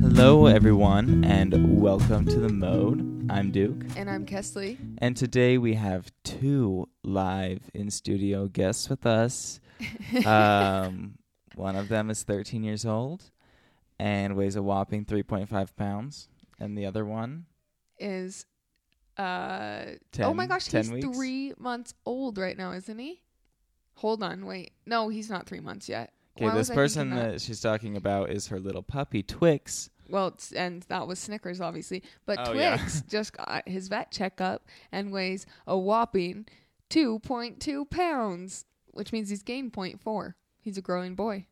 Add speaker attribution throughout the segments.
Speaker 1: Hello, everyone, and welcome to the mode. I'm Duke,
Speaker 2: And I'm Kesley.
Speaker 1: and today we have two live in studio guests with us. Um, one of them is 13 years old and weighs a whopping 3.5 pounds, and the other one,
Speaker 2: is uh
Speaker 1: 10,
Speaker 2: oh my gosh,
Speaker 1: 10
Speaker 2: he's
Speaker 1: weeks.
Speaker 2: three months old right now, isn't he? Hold on, wait. No, he's not three months yet.
Speaker 1: Okay,
Speaker 2: Why
Speaker 1: this
Speaker 2: was I
Speaker 1: person
Speaker 2: thinking
Speaker 1: that? she's talking about is her little puppy Twix.
Speaker 2: Well, it's, and that was Snickers, obviously. But
Speaker 1: Oh, yeah.
Speaker 2: Twix just got his vet checkup and weighs a whopping 2.2 pounds, which means he's gained 0.4. He's a growing boy.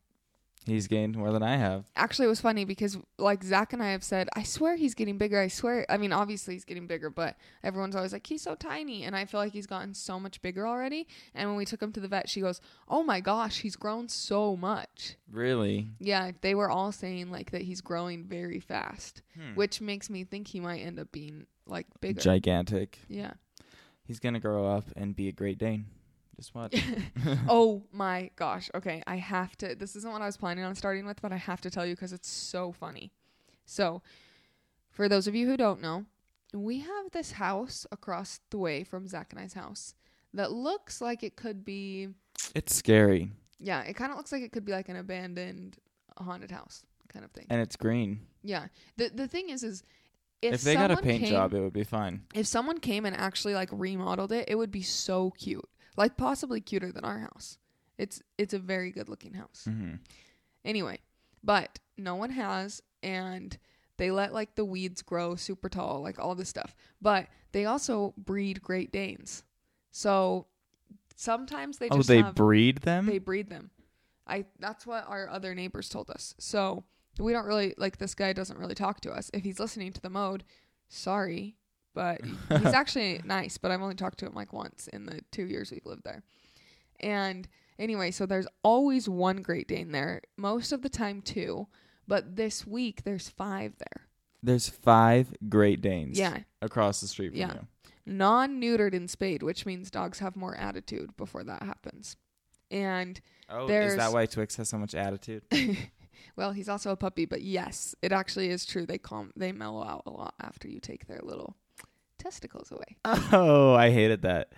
Speaker 1: He's gained more than I have.
Speaker 2: Actually, it was funny because, like, Zach and I have said, I swear he's getting bigger. I swear. I mean, obviously, he's getting bigger, but everyone's always like, he's so tiny. And I feel like he's gotten so much bigger already. And when we took him to the vet, she goes, Oh my gosh, he's grown so much.
Speaker 1: Really?
Speaker 2: Yeah, they were all saying like that he's growing very fast,
Speaker 1: Hmm.
Speaker 2: which makes me think he might end up being like bigger.
Speaker 1: Gigantic.
Speaker 2: yeah.
Speaker 1: He's going to grow up and be a Great Dane. Just watch.
Speaker 2: oh my gosh. Okay, I have to. This isn't what I was planning on starting with, but I have to tell you because it's so funny. So, for those of you who don't know, we have this house across the way from Zach and I's house that looks like it could be.
Speaker 1: It's scary,
Speaker 2: Yeah, it kind of looks like it could be like an abandoned haunted house kind of thing.
Speaker 1: and it's green.
Speaker 2: Yeah. The the thing is, is if,
Speaker 1: if they got a
Speaker 2: someone
Speaker 1: paint
Speaker 2: came-
Speaker 1: job, it would be fine.
Speaker 2: if someone came and actually like remodeled it, it would be so cute. Like possibly cuter than our house. It's it's a very good looking house.
Speaker 1: Mm-hmm.
Speaker 2: Anyway, but no one has and they let like the weeds grow super tall, like all this stuff. But they also breed Great Danes. So sometimes they
Speaker 1: oh,
Speaker 2: just
Speaker 1: they
Speaker 2: have,
Speaker 1: breed them.
Speaker 2: they breed them. I that's what our other neighbors told us. So we don't really like this guy doesn't really talk to us. If he's listening to the mode, sorry, but he's actually nice, but I've only talked to him like once in the 2 years we've lived there. And anyway, so there's always one Great Dane there. Most of the time two, but this week there's 5 there.
Speaker 1: There's five Great Danes.
Speaker 2: Yeah.
Speaker 1: across the street from
Speaker 2: Yeah.
Speaker 1: you.
Speaker 2: Non-neutered and spayed, which means dogs have more attitude before that happens. And
Speaker 1: Oh, is
Speaker 2: There's-
Speaker 1: that why Twix has so much attitude?
Speaker 2: Well, he's also a puppy, but yes, it actually is true. They calm, they mellow out a lot after you take their little testicles away.
Speaker 1: oh, I hated that.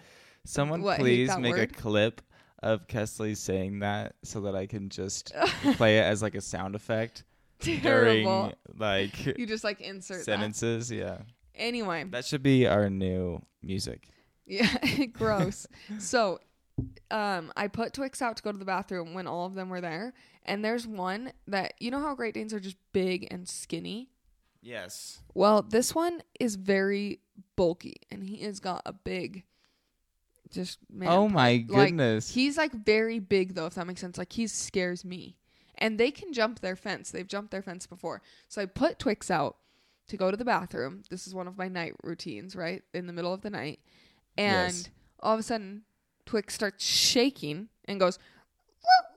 Speaker 1: Someone
Speaker 2: What, hate
Speaker 1: please
Speaker 2: that
Speaker 1: make a
Speaker 2: word?
Speaker 1: clip of Kesley saying that so that I can just play it as like a sound effect during
Speaker 2: Terrible.
Speaker 1: like
Speaker 2: You just like insert
Speaker 1: sentences. Yeah,
Speaker 2: that. Anyway,
Speaker 1: that should be our new music.
Speaker 2: yeah, gross. so, um, I put Twix out to go to the bathroom when all of them were there, and there's one that you know how Great Danes are just big and skinny.
Speaker 1: Yes.
Speaker 2: Well, this one is very bulky, and he has got a big, just man.
Speaker 1: oh my
Speaker 2: Like,
Speaker 1: goodness.
Speaker 2: He's like very big though, if that makes sense. Like he scares me. And they can jump their fence. They've jumped their fence before. So I put Twix out to go to the bathroom. This is one of my night routines, right? In the middle of the night. And
Speaker 1: Yes.
Speaker 2: all of a sudden Twix starts shaking and goes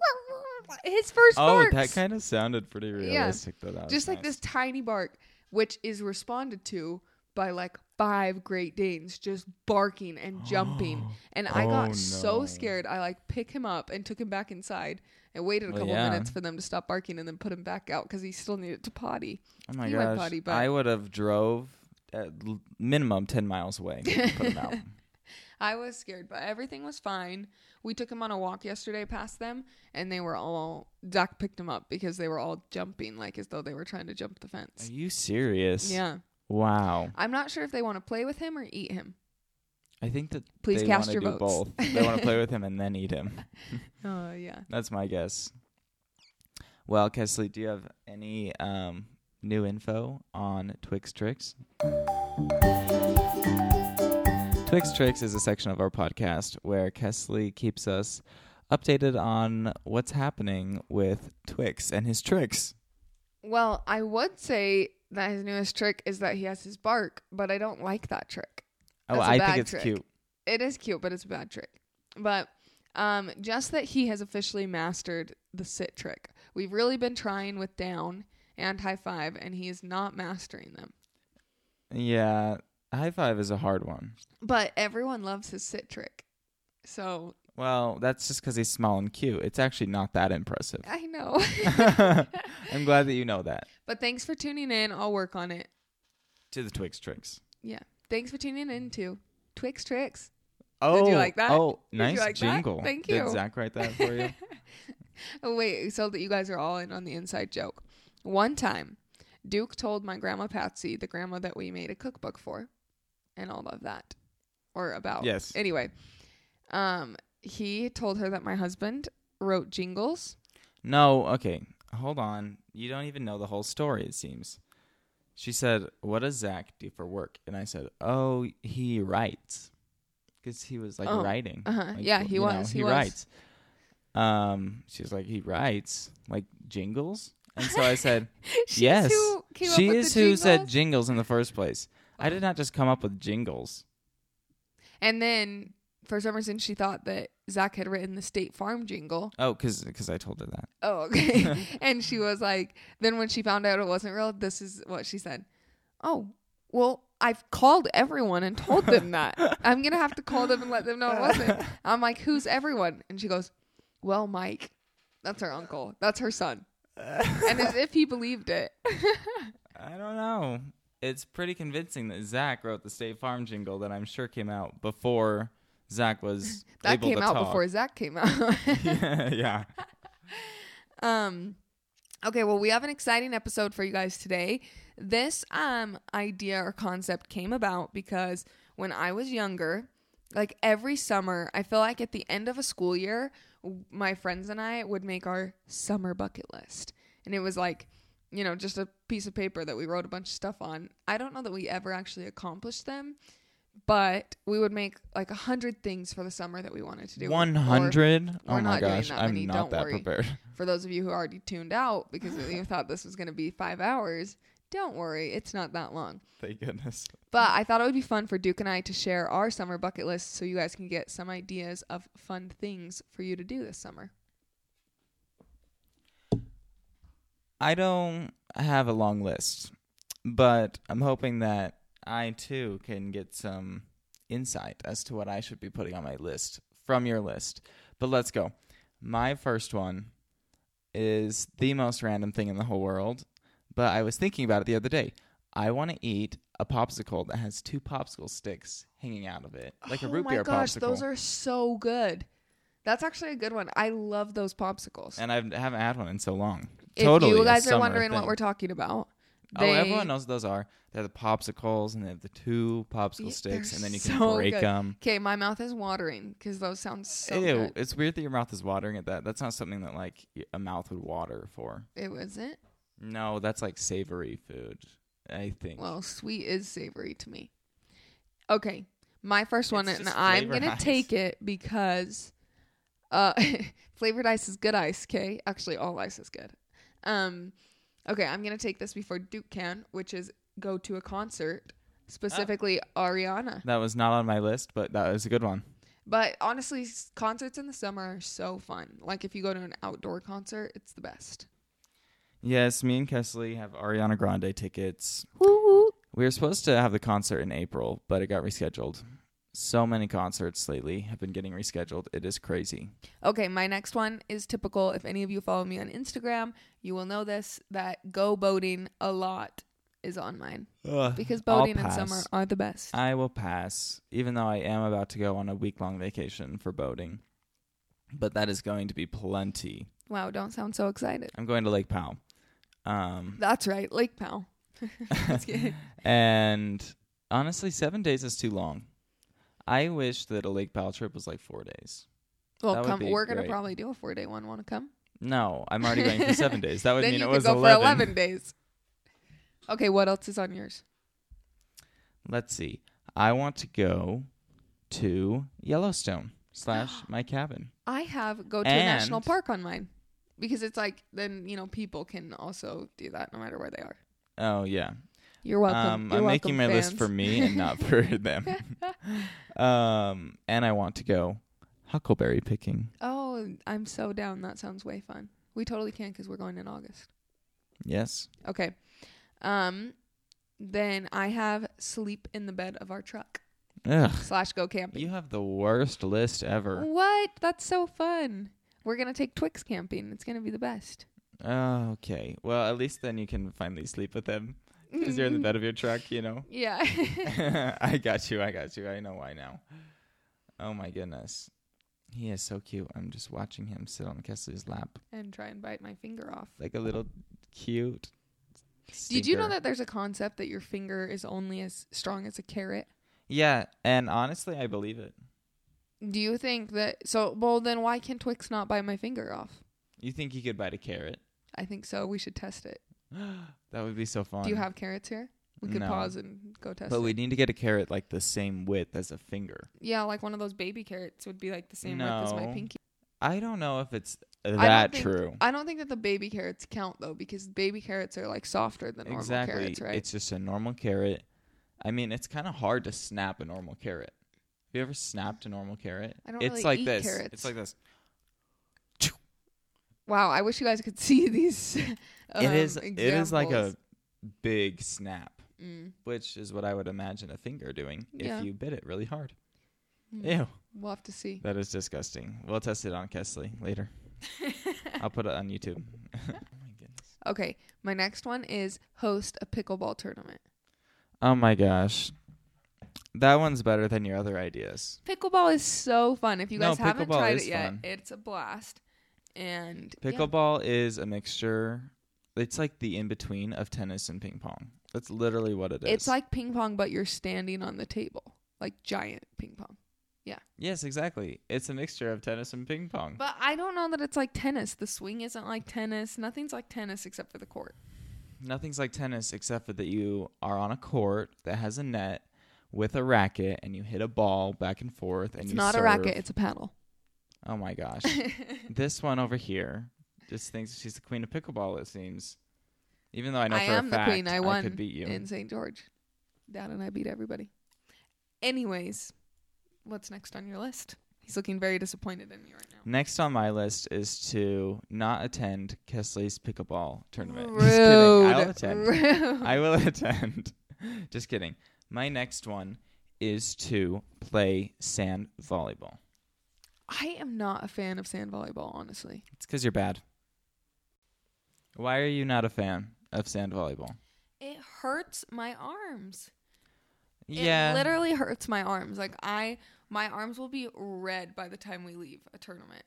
Speaker 2: his first
Speaker 1: oh,
Speaker 2: barks.
Speaker 1: that kind of sounded pretty realistic though. That was
Speaker 2: just like
Speaker 1: nice.
Speaker 2: this tiny bark, which is responded to by like five Great Danes just barking and jumping. And I
Speaker 1: Oh,
Speaker 2: got
Speaker 1: no.
Speaker 2: so scared. I like pick him up and took him back inside and waited a
Speaker 1: Well,
Speaker 2: couple
Speaker 1: yeah.
Speaker 2: minutes for them to stop barking and then put him back out because he still needed to potty.
Speaker 1: Oh my
Speaker 2: You went
Speaker 1: gosh!
Speaker 2: potty, but-
Speaker 1: I would have drove at l- minimum ten miles away. and put 'em out.
Speaker 2: I was scared, but everything was fine. We took him on a walk yesterday past them, and they were all Zach picked him up because they were all jumping like as though they were trying to jump the fence.
Speaker 1: Are you serious?
Speaker 2: Yeah,
Speaker 1: Wow.
Speaker 2: I'm not sure if they want to play with him or eat him.
Speaker 1: I think that
Speaker 2: Please
Speaker 1: they
Speaker 2: cast
Speaker 1: wanna
Speaker 2: your
Speaker 1: do
Speaker 2: votes.
Speaker 1: both. they want to play with him and then eat him.
Speaker 2: Oh yeah.
Speaker 1: That's my guess. Well, Kesley, do you have any um, new info on Twix Tricks? Twix Tricks is a section of our podcast where Kesley keeps us updated on what's happening with Twix and his tricks.
Speaker 2: Well, I would say that his newest trick is that he has his bark, but I don't like that trick.
Speaker 1: Oh,
Speaker 2: That's a
Speaker 1: I
Speaker 2: bad
Speaker 1: think it's
Speaker 2: trick.
Speaker 1: cute.
Speaker 2: It is cute, but it's a bad trick. But um, just that he has officially mastered the sit trick. We've really been trying with down and high five, and he is not mastering them.
Speaker 1: Yeah, high five is a hard one.
Speaker 2: But everyone loves his sit trick. So
Speaker 1: Well, that's just because he's small and cute. It's actually not that impressive.
Speaker 2: I know.
Speaker 1: I'm glad that you know that.
Speaker 2: But thanks for tuning in. I'll work on it.
Speaker 1: To the Twix tricks.
Speaker 2: Yeah. Thanks for tuning in to Twix Tricks.
Speaker 1: Oh,
Speaker 2: Did you like that?
Speaker 1: Oh,
Speaker 2: Did you
Speaker 1: nice
Speaker 2: like that?
Speaker 1: jingle.
Speaker 2: Thank
Speaker 1: Did
Speaker 2: you.
Speaker 1: Zach write that for you?
Speaker 2: Oh, wait, so that you guys are all in on the inside joke. One time, Duke told my grandma Patsy, the grandma that we made a cookbook for, and all of that, or about.
Speaker 1: Yes.
Speaker 2: Anyway, um, he told her that my husband wrote jingles.
Speaker 1: no, okay. Hold on. You don't even know the whole story, it seems. She said, What does Zach do for work? And I said, Oh, he writes. Because he was like
Speaker 2: Oh,
Speaker 1: writing.
Speaker 2: uh-huh.
Speaker 1: Like,
Speaker 2: Yeah, he
Speaker 1: you know,
Speaker 2: was, he
Speaker 1: he
Speaker 2: was.
Speaker 1: writes. Um, she's like, He writes? Like jingles? And so I said,
Speaker 2: She's
Speaker 1: Yes.
Speaker 2: who came up
Speaker 1: she
Speaker 2: with
Speaker 1: is
Speaker 2: the
Speaker 1: who said
Speaker 2: jingles.
Speaker 1: jingles in the first place. I did not just come up with jingles.
Speaker 2: And then for some reason, she thought that Zach had written the State Farm jingle.
Speaker 1: Oh, because I told her that.
Speaker 2: Oh, okay. and she was like, then when she found out it wasn't real, this is what she said. Oh, well, I've called everyone and told them that. I'm going to have to call them and let them know it wasn't. I'm like, who's everyone? And she goes, well, Mike. That's her uncle. That's her son. And as if he believed it.
Speaker 1: I don't know. It's pretty convincing that Zach wrote the State Farm jingle that I'm sure came out before Zach was
Speaker 2: that
Speaker 1: able
Speaker 2: came
Speaker 1: to
Speaker 2: out
Speaker 1: talk.
Speaker 2: before Zach came out.
Speaker 1: yeah.
Speaker 2: Um okay, well we have an exciting episode for you guys today. This um idea or concept came about because when I was younger, like every summer, I feel like at the end of a school year, w- my friends and I would make our summer bucket list. And it was like, you know, just a piece of paper that we wrote a bunch of stuff on. I don't know that we ever actually accomplished them, but we would make like a hundred things for the summer that we wanted to do. Or-
Speaker 1: 100. Oh my
Speaker 2: we're not doing
Speaker 1: gosh,
Speaker 2: that
Speaker 1: I'm
Speaker 2: many,
Speaker 1: not
Speaker 2: don't
Speaker 1: that
Speaker 2: worry.
Speaker 1: prepared.
Speaker 2: for those of you who already tuned out because you thought this was going to be five hours, don't worry, it's not that long.
Speaker 1: Thank goodness.
Speaker 2: But I thought it would be fun for Duke and I to share our summer bucket list so you guys can get some ideas of fun things for you to do this summer.
Speaker 1: I don't have a long list, but I'm hoping that I too can get some insight as to what I should be putting on my list from your list. But let's go. My first one is the most random thing in the whole world, but I was thinking about it the other day. I want to eat a popsicle that has two popsicle sticks hanging out of it, like a root beer popsicle.
Speaker 2: Oh those are so good. That's actually a good one. I love those popsicles.
Speaker 1: and I haven't had one in so long.
Speaker 2: if
Speaker 1: totally,
Speaker 2: you
Speaker 1: a
Speaker 2: guys are
Speaker 1: summer
Speaker 2: wondering what
Speaker 1: thing.
Speaker 2: we're talking about,
Speaker 1: oh,
Speaker 2: they-
Speaker 1: everyone knows what those are. They're the popsicles, and they have the two popsicle
Speaker 2: Yeah,
Speaker 1: sticks,
Speaker 2: they're
Speaker 1: and then you can
Speaker 2: so
Speaker 1: break
Speaker 2: good.
Speaker 1: them.
Speaker 2: Okay, my mouth is watering because those sound so
Speaker 1: Ew,
Speaker 2: good.
Speaker 1: it's weird that your mouth is watering at that. That's not something that like y- a mouth would water for.
Speaker 2: It wasn't.
Speaker 1: No, that's like savory food. I think.
Speaker 2: Well, sweet is savory to me. Okay, my first one,
Speaker 1: It's
Speaker 2: and
Speaker 1: just
Speaker 2: I'm
Speaker 1: flavored
Speaker 2: gonna
Speaker 1: ice.
Speaker 2: take it because uh, flavored ice is good ice. Okay, actually, all ice is good. Um, okay, I'm gonna take this before Duke can, which is go to a concert, specifically Ariana.
Speaker 1: that was not on my list, but that was a good one.
Speaker 2: But honestly, s- concerts in the summer are so fun. Like if you go to an outdoor concert, it's the best.
Speaker 1: Yes, me and Kesley have Ariana Grande tickets. We were supposed to have the concert in April, but it got rescheduled. So many concerts lately have been getting rescheduled. It is crazy.
Speaker 2: Okay, my next one is typical. If any of you follow me on Instagram, you will know this that go boating a lot is on mine
Speaker 1: Ugh,
Speaker 2: because
Speaker 1: I'll
Speaker 2: boating and summer
Speaker 1: pass. Uh,
Speaker 2: are the best.
Speaker 1: I will pass, even though I am about to go on a week long vacation for boating. But that is going to be plenty.
Speaker 2: Wow, don't sound so excited.
Speaker 1: I'm going to Lake Powell. Um,
Speaker 2: That's right, Lake Powell. Just kidding.
Speaker 1: and honestly, seven days is too long. I wish that a Lake Powell trip was like four days.
Speaker 2: Well,
Speaker 1: That would
Speaker 2: come.
Speaker 1: be
Speaker 2: We're gonna
Speaker 1: great.
Speaker 2: probably do a four day one. Want to come?
Speaker 1: No, I'm already going for seven days. That would
Speaker 2: then
Speaker 1: mean
Speaker 2: you
Speaker 1: it
Speaker 2: could
Speaker 1: was
Speaker 2: go
Speaker 1: 11.
Speaker 2: for eleven days. Okay, what else is on yours?
Speaker 1: Let's see. I want to go to Yellowstone slash my cabin.
Speaker 2: I have go to a national
Speaker 1: And-
Speaker 2: park on mine because it's like then you know people can also do that no matter where they are.
Speaker 1: Oh, yeah.
Speaker 2: You're welcome.
Speaker 1: Um,
Speaker 2: You're
Speaker 1: I'm
Speaker 2: welcome,
Speaker 1: making my list
Speaker 2: fans.
Speaker 1: for me and not for them. um, and I want to go huckleberry picking.
Speaker 2: Oh, I'm so down. That sounds way fun. We totally can because we're going in August.
Speaker 1: Yes.
Speaker 2: Okay. Um, then I have sleep in the bed of our truck
Speaker 1: Ugh.
Speaker 2: slash go camping.
Speaker 1: You have the worst list ever.
Speaker 2: What? That's so fun. We're gonna take Twix camping. It's gonna be the best.
Speaker 1: Oh, okay. Well, at least then you can finally sleep with him because you're in the
Speaker 2: Mm-hmm.
Speaker 1: bed of your truck, you know?
Speaker 2: Yeah.
Speaker 1: I got you. I got you. I know why now. Oh, my goodness. He is so cute. I'm just watching him sit on Kessler's lap
Speaker 2: and try and bite my finger off.
Speaker 1: like a little cute.
Speaker 2: Did you know
Speaker 1: stinker.
Speaker 2: that there's a concept that your finger is only as strong as a carrot?
Speaker 1: Yeah, and honestly, I believe it.
Speaker 2: Do you think that so well then why can Twix not bite my finger off?
Speaker 1: You think you could bite a carrot?
Speaker 2: I think so. We should test it.
Speaker 1: that would be so fun.
Speaker 2: Do you have carrots here? We could
Speaker 1: No.
Speaker 2: pause and go test
Speaker 1: But
Speaker 2: it.
Speaker 1: we need to get a carrot like the same width as a finger.
Speaker 2: yeah, like one of those baby carrots would be like the same width as my
Speaker 1: No.
Speaker 2: pinky.
Speaker 1: I don't know if it's uh,
Speaker 2: I don't
Speaker 1: that
Speaker 2: think-
Speaker 1: true.
Speaker 2: I don't think that the baby carrots count though, because baby carrots are like softer than normal
Speaker 1: exactly.
Speaker 2: carrots, right?
Speaker 1: It's just a normal carrot. I mean, it's kind of hard to snap a normal carrot. Have you ever snapped a normal carrot?
Speaker 2: I don't
Speaker 1: it's
Speaker 2: really
Speaker 1: like
Speaker 2: eat
Speaker 1: this.
Speaker 2: carrots.
Speaker 1: It's like this.
Speaker 2: wow, I wish you guys could see these. um,
Speaker 1: it is. It is like a
Speaker 2: examples.
Speaker 1: big snap,
Speaker 2: Mm.
Speaker 1: which is what I would imagine a finger doing
Speaker 2: Yeah.
Speaker 1: if you bit it really hard.
Speaker 2: Hmm.
Speaker 1: Ew,
Speaker 2: We'll have to see.
Speaker 1: that is disgusting. We'll test it on Kesley later. I'll put it on YouTube. oh my goodness.
Speaker 2: Okay, my next one is host a pickleball tournament.
Speaker 1: Oh my gosh. That one's better than your other ideas.
Speaker 2: Pickleball is so fun. If you
Speaker 1: No,
Speaker 2: guys haven't
Speaker 1: pickleball
Speaker 2: tried
Speaker 1: is
Speaker 2: it yet,
Speaker 1: fun.
Speaker 2: it's a blast. And yeah.
Speaker 1: Pickleball is a mixture. It's like the in between of tennis and ping pong. That's literally what it is.
Speaker 2: it's like ping pong, but you're standing on the table, like giant ping pong.
Speaker 1: yes, exactly. It's a mixture of tennis and ping pong.
Speaker 2: But I don't know that it's like tennis. The swing isn't like tennis. Nothing's like tennis except for the court.
Speaker 1: Nothing's like tennis except for that you are on a court that has a net with a racket and you hit a ball back and forth and
Speaker 2: It's
Speaker 1: you
Speaker 2: not a
Speaker 1: serve.
Speaker 2: racket. It's a paddle.
Speaker 1: Oh my gosh. this one over here just thinks she's the queen of pickleball it seems. Even though I know
Speaker 2: I
Speaker 1: for
Speaker 2: am
Speaker 1: a
Speaker 2: the
Speaker 1: fact
Speaker 2: queen. I won
Speaker 1: could beat you.
Speaker 2: in St. George. Dad and I beat everybody. Anyways, what's next on your list? He's looking very disappointed in me right now.
Speaker 1: Next on my list is to not attend Kesley's pickleball tournament.
Speaker 2: Rude.
Speaker 1: Just kidding. I'll attend.
Speaker 2: Rude.
Speaker 1: I will attend. Just kidding. My next one is to play sand volleyball.
Speaker 2: I am not a fan of sand volleyball, honestly.
Speaker 1: It's because you're bad. Why are you not a fan of sand volleyball?
Speaker 2: It hurts my arms.
Speaker 1: yeah.
Speaker 2: It literally hurts my arms. Like I my arms will be red by the time we leave a tournament.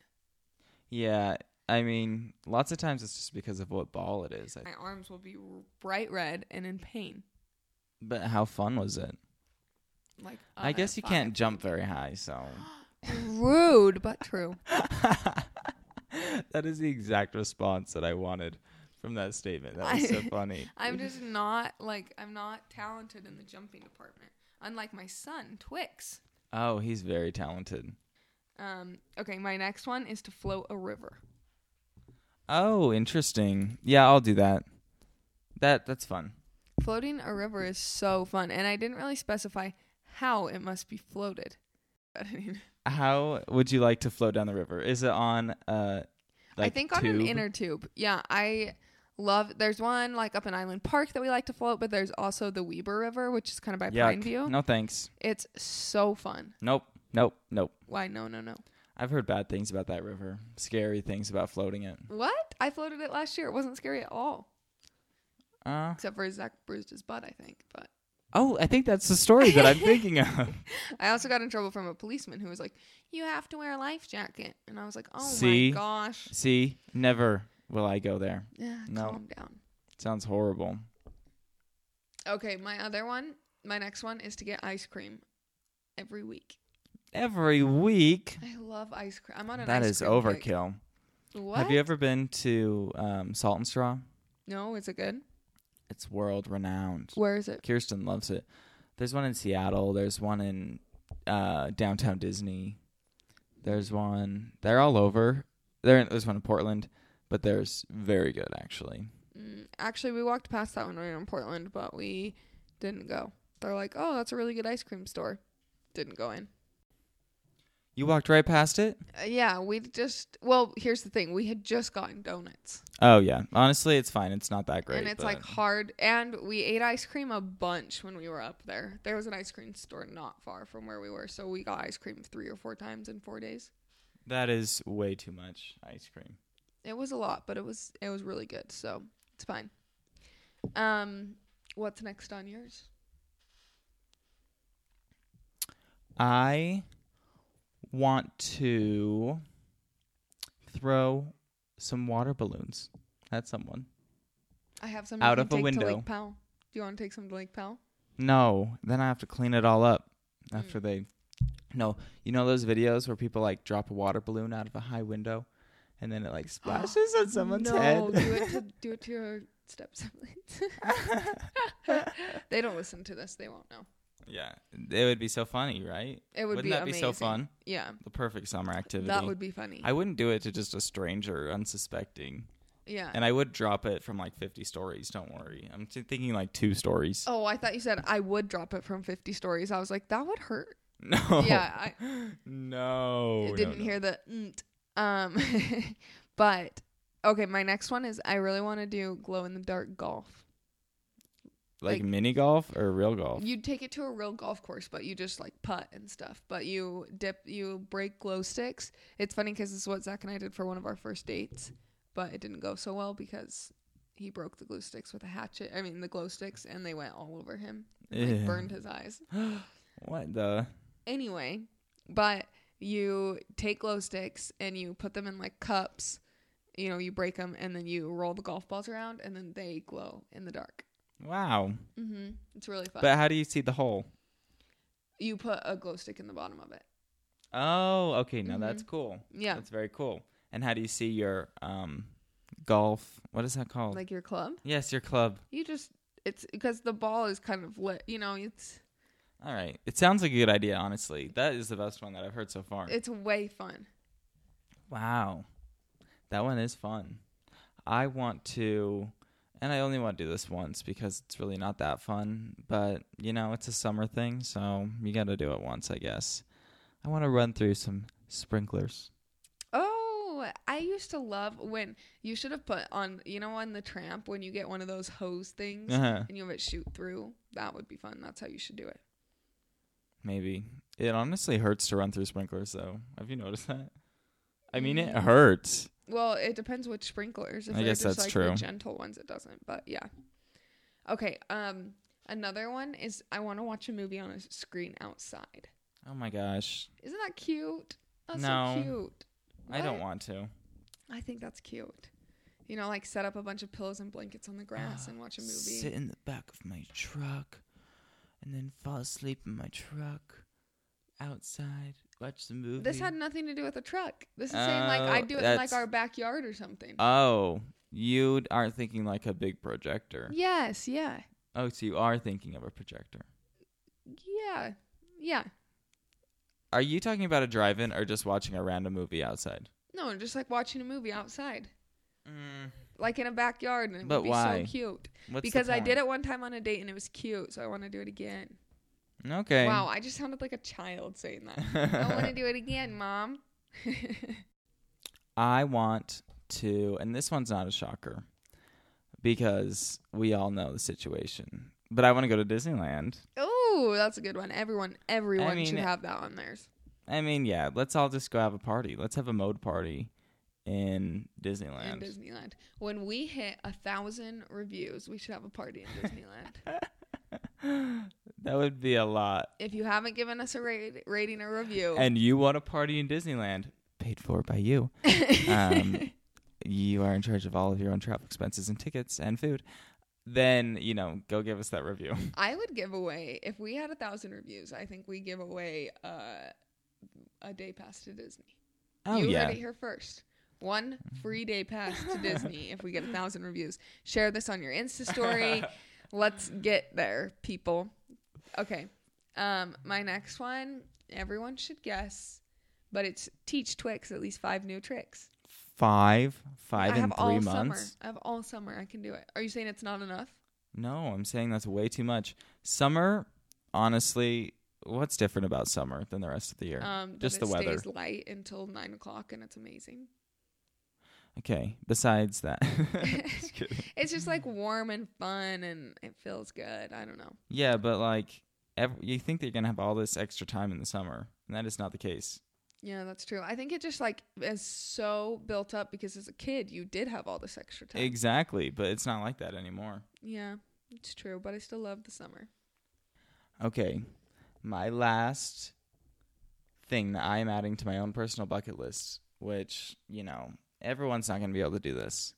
Speaker 1: yeah. I mean, lots of times it's just because of what ball it is.
Speaker 2: My arms will be r- bright red and in pain.
Speaker 1: But how fun was it?
Speaker 2: Like
Speaker 1: I guess you
Speaker 2: uh,
Speaker 1: can't jump very high, so.
Speaker 2: Rude, but true.
Speaker 1: that is the exact response that I wanted from that statement. That was so
Speaker 2: I-
Speaker 1: funny.
Speaker 2: I'm just not like I'm not talented in the jumping department. Unlike my son, Twix.
Speaker 1: Oh, he's very talented.
Speaker 2: Um, okay, my next one is to float a river.
Speaker 1: Oh, interesting. Yeah, I'll do that. That that's fun.
Speaker 2: Floating a river is so fun, and I didn't really specify how it must be floated. But I mean,
Speaker 1: How would you like to float down the river? Is it on uh like
Speaker 2: I think on an
Speaker 1: tube?
Speaker 2: inner tube. Yeah, I love. There's one like up in Island Park that we like to float, but there's also the Weber River, which is kind of by
Speaker 1: Yuck.
Speaker 2: Pineview.
Speaker 1: No thanks.
Speaker 2: It's so fun.
Speaker 1: Nope. Nope. Nope.
Speaker 2: Why? No, no, no.
Speaker 1: I've heard bad things about that river. Scary things about floating it.
Speaker 2: What? I floated it last year. It wasn't scary at all,
Speaker 1: Uh
Speaker 2: except for Zach bruised his butt, I think. But
Speaker 1: oh, I think that's the story that I'm thinking of.
Speaker 2: I also got in trouble from a policeman who was like, "You have to wear a life jacket," and I was like, "Oh
Speaker 1: See?
Speaker 2: my gosh,
Speaker 1: See, never will I go there.
Speaker 2: yeah,
Speaker 1: No.
Speaker 2: calm down."
Speaker 1: Sounds horrible.
Speaker 2: Okay, my other one, my next one is to get ice cream every week.
Speaker 1: Every week.
Speaker 2: I love ice cream. I'm on an
Speaker 1: That
Speaker 2: ice
Speaker 1: is
Speaker 2: cream kick.
Speaker 1: overkill.
Speaker 2: What?
Speaker 1: Have you ever been to um, Salt and Straw?
Speaker 2: No, is it good?
Speaker 1: It's world renowned.
Speaker 2: Where is it?
Speaker 1: Kirsten loves it. There's one in Seattle. There's one in uh, downtown Disney. There's one. They're all over. There, there's one in Portland, but there's very good actually.
Speaker 2: Mm, actually, we walked past that one when we were in Portland, but we didn't go. They're like, "Oh, that's a really good ice cream store." Didn't go in.
Speaker 1: You walked right past it.
Speaker 2: Uh, yeah, we just. Well, here's the thing: we had just gotten donuts,
Speaker 1: Oh yeah. Honestly, it's fine. It's not that great.
Speaker 2: and it's
Speaker 1: but-
Speaker 2: like hard. And we ate ice cream a bunch when we were up there. There was an ice cream store not far from where we were, so we got ice cream three or four times in four days.
Speaker 1: that is way too much ice cream.
Speaker 2: It was a lot, but it was it was really good, so it's fine. Um, what's next on yours?
Speaker 1: I want to throw some water balloons at someone.
Speaker 2: I have some
Speaker 1: Out
Speaker 2: you can
Speaker 1: of a
Speaker 2: take to
Speaker 1: window.
Speaker 2: Lake Powell. Do you want to take some to Lake Powell?
Speaker 1: No, then I have to clean it all up after
Speaker 2: Mm.
Speaker 1: they. No, you know those videos where people like drop a water balloon out of a high window, and then it like splashes on someone's
Speaker 2: no,
Speaker 1: head.
Speaker 2: do it to do it to your stepsiblings. they don't listen to this. They won't know.
Speaker 1: yeah, it would be so funny, right?
Speaker 2: It would
Speaker 1: Wouldn't
Speaker 2: be
Speaker 1: that
Speaker 2: amazing.
Speaker 1: be so fun?
Speaker 2: Yeah,
Speaker 1: The perfect summer activity.
Speaker 2: that would be funny.
Speaker 1: I wouldn't do it to just a stranger, unsuspecting,
Speaker 2: yeah.
Speaker 1: and I would drop it from like 50 stories. Don't worry, I'm t- thinking like two stories.
Speaker 2: oh, I thought you said I would drop it from 50 stories. I was like, that would hurt.
Speaker 1: No.
Speaker 2: Yeah,
Speaker 1: no.
Speaker 2: I
Speaker 1: Oh. no,
Speaker 2: didn't
Speaker 1: no.
Speaker 2: hear the. "nt." Um, but okay, my next one is I really want to do glow in the dark golf.
Speaker 1: like,
Speaker 2: like-
Speaker 1: mini golf or real golf.
Speaker 2: You'd take it to a real golf course, but you just like putt and stuff. But you dip, you break glow sticks. It's funny because this is what Zach and I did for one of our first dates, but it didn't go so well because he broke the glue sticks with a hatchet. I mean, the glow sticks, and they went all over him. and,
Speaker 1: Ew.
Speaker 2: Like burned his eyes.
Speaker 1: What the?
Speaker 2: anyway, but you take glow sticks and you put them in like cups. You know, you break them and then you roll the golf balls around and then they glow in the dark.
Speaker 1: Wow.
Speaker 2: hmm It's really fun.
Speaker 1: But how do you see the hole?
Speaker 2: you put a glow stick in the bottom of it.
Speaker 1: Oh, okay. Now that's cool.
Speaker 2: Mm-hmm. Yeah,
Speaker 1: That's very cool. And how do you see your um golf? What is that called?
Speaker 2: like your club.
Speaker 1: yes, your club.
Speaker 2: You just it's because the ball is kind of lit. You know, it's
Speaker 1: All right. It sounds like a good idea, honestly. That is the best one that I've heard so far.
Speaker 2: it's way fun.
Speaker 1: wow. That one is fun. I want to and I only want to do this once because it's really not that fun, but you know, it's a summer thing, so you got to do it once, I guess. I want to run through some sprinklers.
Speaker 2: Oh, I used to love when you should have put on you know on the tramp when you get one of those hose things
Speaker 1: Uh-huh.
Speaker 2: and you have it shoot through. That would be fun. That's how you should do it.
Speaker 1: Maybe. It honestly hurts to run through sprinklers, though. Have you noticed that? I mean, it hurts.
Speaker 2: Well, it depends which sprinklers. If
Speaker 1: I
Speaker 2: they're
Speaker 1: guess
Speaker 2: just
Speaker 1: that's
Speaker 2: like
Speaker 1: true.
Speaker 2: the gentle ones, it doesn't. But yeah. Okay. Um, another one is I want to watch a movie on a s- screen outside.
Speaker 1: Oh my gosh.
Speaker 2: Isn't that cute? That's
Speaker 1: No.
Speaker 2: so cute.
Speaker 1: I don't
Speaker 2: What?
Speaker 1: want to.
Speaker 2: I think that's cute. You know, like set up a bunch of pillows and blankets on the grass and watch a movie.
Speaker 1: Ah, Sit in the back of my truck and then fall asleep in my truck outside, watch the movie.
Speaker 2: This had nothing to do with a truck. This is saying like
Speaker 1: Oh,
Speaker 2: I do it in like
Speaker 1: that's-
Speaker 2: our backyard or something.
Speaker 1: Oh, you aren't thinking like a big projector.
Speaker 2: yes. Yeah.
Speaker 1: Oh, so you are thinking of a projector.
Speaker 2: Yeah. Yeah.
Speaker 1: Are you talking about a drive in or just watching a random movie outside?
Speaker 2: No, just like watching a movie outside,
Speaker 1: Mm,
Speaker 2: like in a backyard, and it
Speaker 1: But
Speaker 2: would be
Speaker 1: why?
Speaker 2: so cute.
Speaker 1: what's the
Speaker 2: because I did
Speaker 1: point?
Speaker 2: it one time on a date and it was cute, so I want to do it again.
Speaker 1: Okay.
Speaker 2: Wow, I just sounded like a child saying that. I want to do it again, mom.
Speaker 1: I want to, and this one's not a shocker because we all know the situation, but I want to go to Disneyland.
Speaker 2: oh, that's a good one. Everyone, everyone
Speaker 1: mean-
Speaker 2: should have that on theirs.
Speaker 1: I mean, yeah, let's all just go have a party. Let's have a mode party in
Speaker 2: In
Speaker 1: Disneyland.
Speaker 2: Disneyland, when we hit a thousand reviews, we should have a party in Disneyland.
Speaker 1: that would be a lot.
Speaker 2: if you haven't given us a rate, rating or review,
Speaker 1: And you want a party in Disneyland, paid for by you. Um, you are in charge of all of your own travel expenses and tickets and food. Then, you know, go give us that review.
Speaker 2: I would give away if we had a thousand reviews. I think we give away uh, a day pass to Disney.
Speaker 1: Oh,
Speaker 2: you
Speaker 1: yeah.
Speaker 2: heard it here first. One free day pass to Disney if we get a thousand reviews. Share this on your Insta story. Let's get there, people. Okay. Um, my next one, everyone should guess, but it's teach Twix at least five new tricks.
Speaker 1: Five, five
Speaker 2: I
Speaker 1: in
Speaker 2: have
Speaker 1: three
Speaker 2: all
Speaker 1: months.
Speaker 2: summer. I have all summer. I can do it. Are you saying it's not enough?
Speaker 1: No, I'm saying that's way too much. Summer, honestly, what's different about summer than the rest of the year?
Speaker 2: Um, that
Speaker 1: Just
Speaker 2: it
Speaker 1: the weather.
Speaker 2: Stays light until nine o'clock, and it's amazing.
Speaker 1: Okay, besides that. Just kidding.
Speaker 2: It's just like warm and fun, and it feels good. I don't know.
Speaker 1: Yeah, but like, ev you think they're going to have all this extra time in the summer, and that is not the case.
Speaker 2: Yeah, that's true. I think it just like is so built up because as a kid you did have all this extra time.
Speaker 1: Exactly, but it's not like that anymore.
Speaker 2: yeah, it's true. But I still love the summer.
Speaker 1: Okay. My last thing that I'm adding to my own personal bucket list, which, you know, everyone's not going to be able to do this,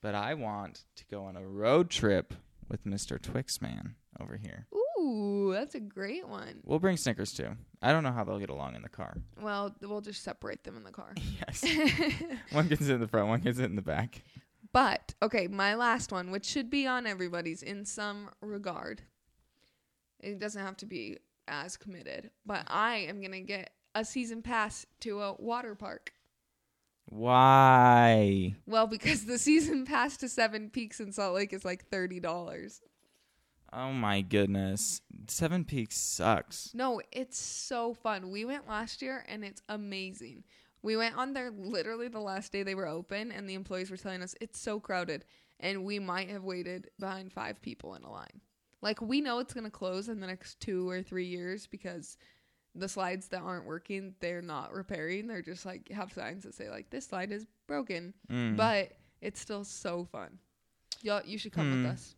Speaker 1: but I want to go on a road trip with Mr. Twixman over here.
Speaker 2: Ooh, that's a great one.
Speaker 1: We'll bring Snickers too. I don't know how they'll get along in the car.
Speaker 2: Well, th- we'll just separate them in the car.
Speaker 1: Yes. one gets it in the front, one gets it in the back.
Speaker 2: but okay, my last one, which should be on everybody's in some regard. It doesn't have to be as committed, but I am gonna get a season pass to a water park.
Speaker 1: Why?
Speaker 2: Well, because the season pass to Seven Peaks in Salt Lake is like thirty dollars.
Speaker 1: Oh my goodness. Seven Peaks sucks.
Speaker 2: No, it's so fun. We went last year and it's amazing. We went on there literally the last day they were open, and the employees were telling us it's so crowded, and we might have waited behind five people in a line. Like, we know it's going to close in the next two or three years because the slides that aren't working, they're not repairing. They're just like have signs that say, like, this slide is broken,
Speaker 1: Mm.
Speaker 2: but it's still so fun. Y'all, you should come
Speaker 1: Hmm.
Speaker 2: with us.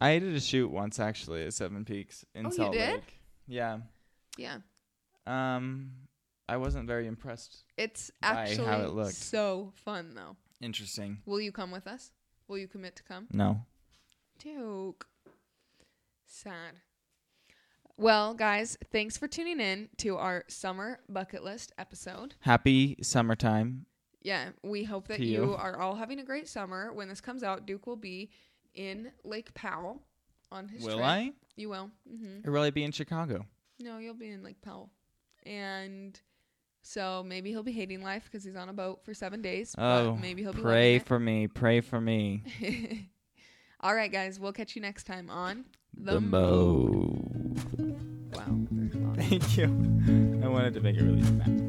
Speaker 1: I did a shoot once actually at Seven Peaks in
Speaker 2: Oh, you
Speaker 1: Salt
Speaker 2: did?
Speaker 1: Lake. Yeah.
Speaker 2: Yeah.
Speaker 1: Um, I wasn't very impressed.
Speaker 2: It's
Speaker 1: By how
Speaker 2: actually
Speaker 1: it looked.
Speaker 2: so fun, though.
Speaker 1: Interesting.
Speaker 2: Will you come with us? Will you commit to come?
Speaker 1: No.
Speaker 2: Duke. Sad. Well, guys, thanks for tuning in to our summer bucket list episode.
Speaker 1: Happy summertime.
Speaker 2: Yeah, we hope that
Speaker 1: To
Speaker 2: you.
Speaker 1: you.
Speaker 2: are all having a great summer. When this comes out, Duke will be in Lake Powell on his
Speaker 1: will
Speaker 2: trip.
Speaker 1: I?
Speaker 2: You will. hmm
Speaker 1: Or will I be in Chicago?
Speaker 2: No, you'll be in Lake Powell. And so maybe he'll be hating life because he's on a boat for seven days.
Speaker 1: Oh,
Speaker 2: but maybe he'll be
Speaker 1: Pray
Speaker 2: loving
Speaker 1: for me. Pray for me.
Speaker 2: it. all right, guys, we'll catch you next time on
Speaker 1: Bimbo.
Speaker 2: Wow. very long.
Speaker 1: Thank you. I wanted to make it really fast.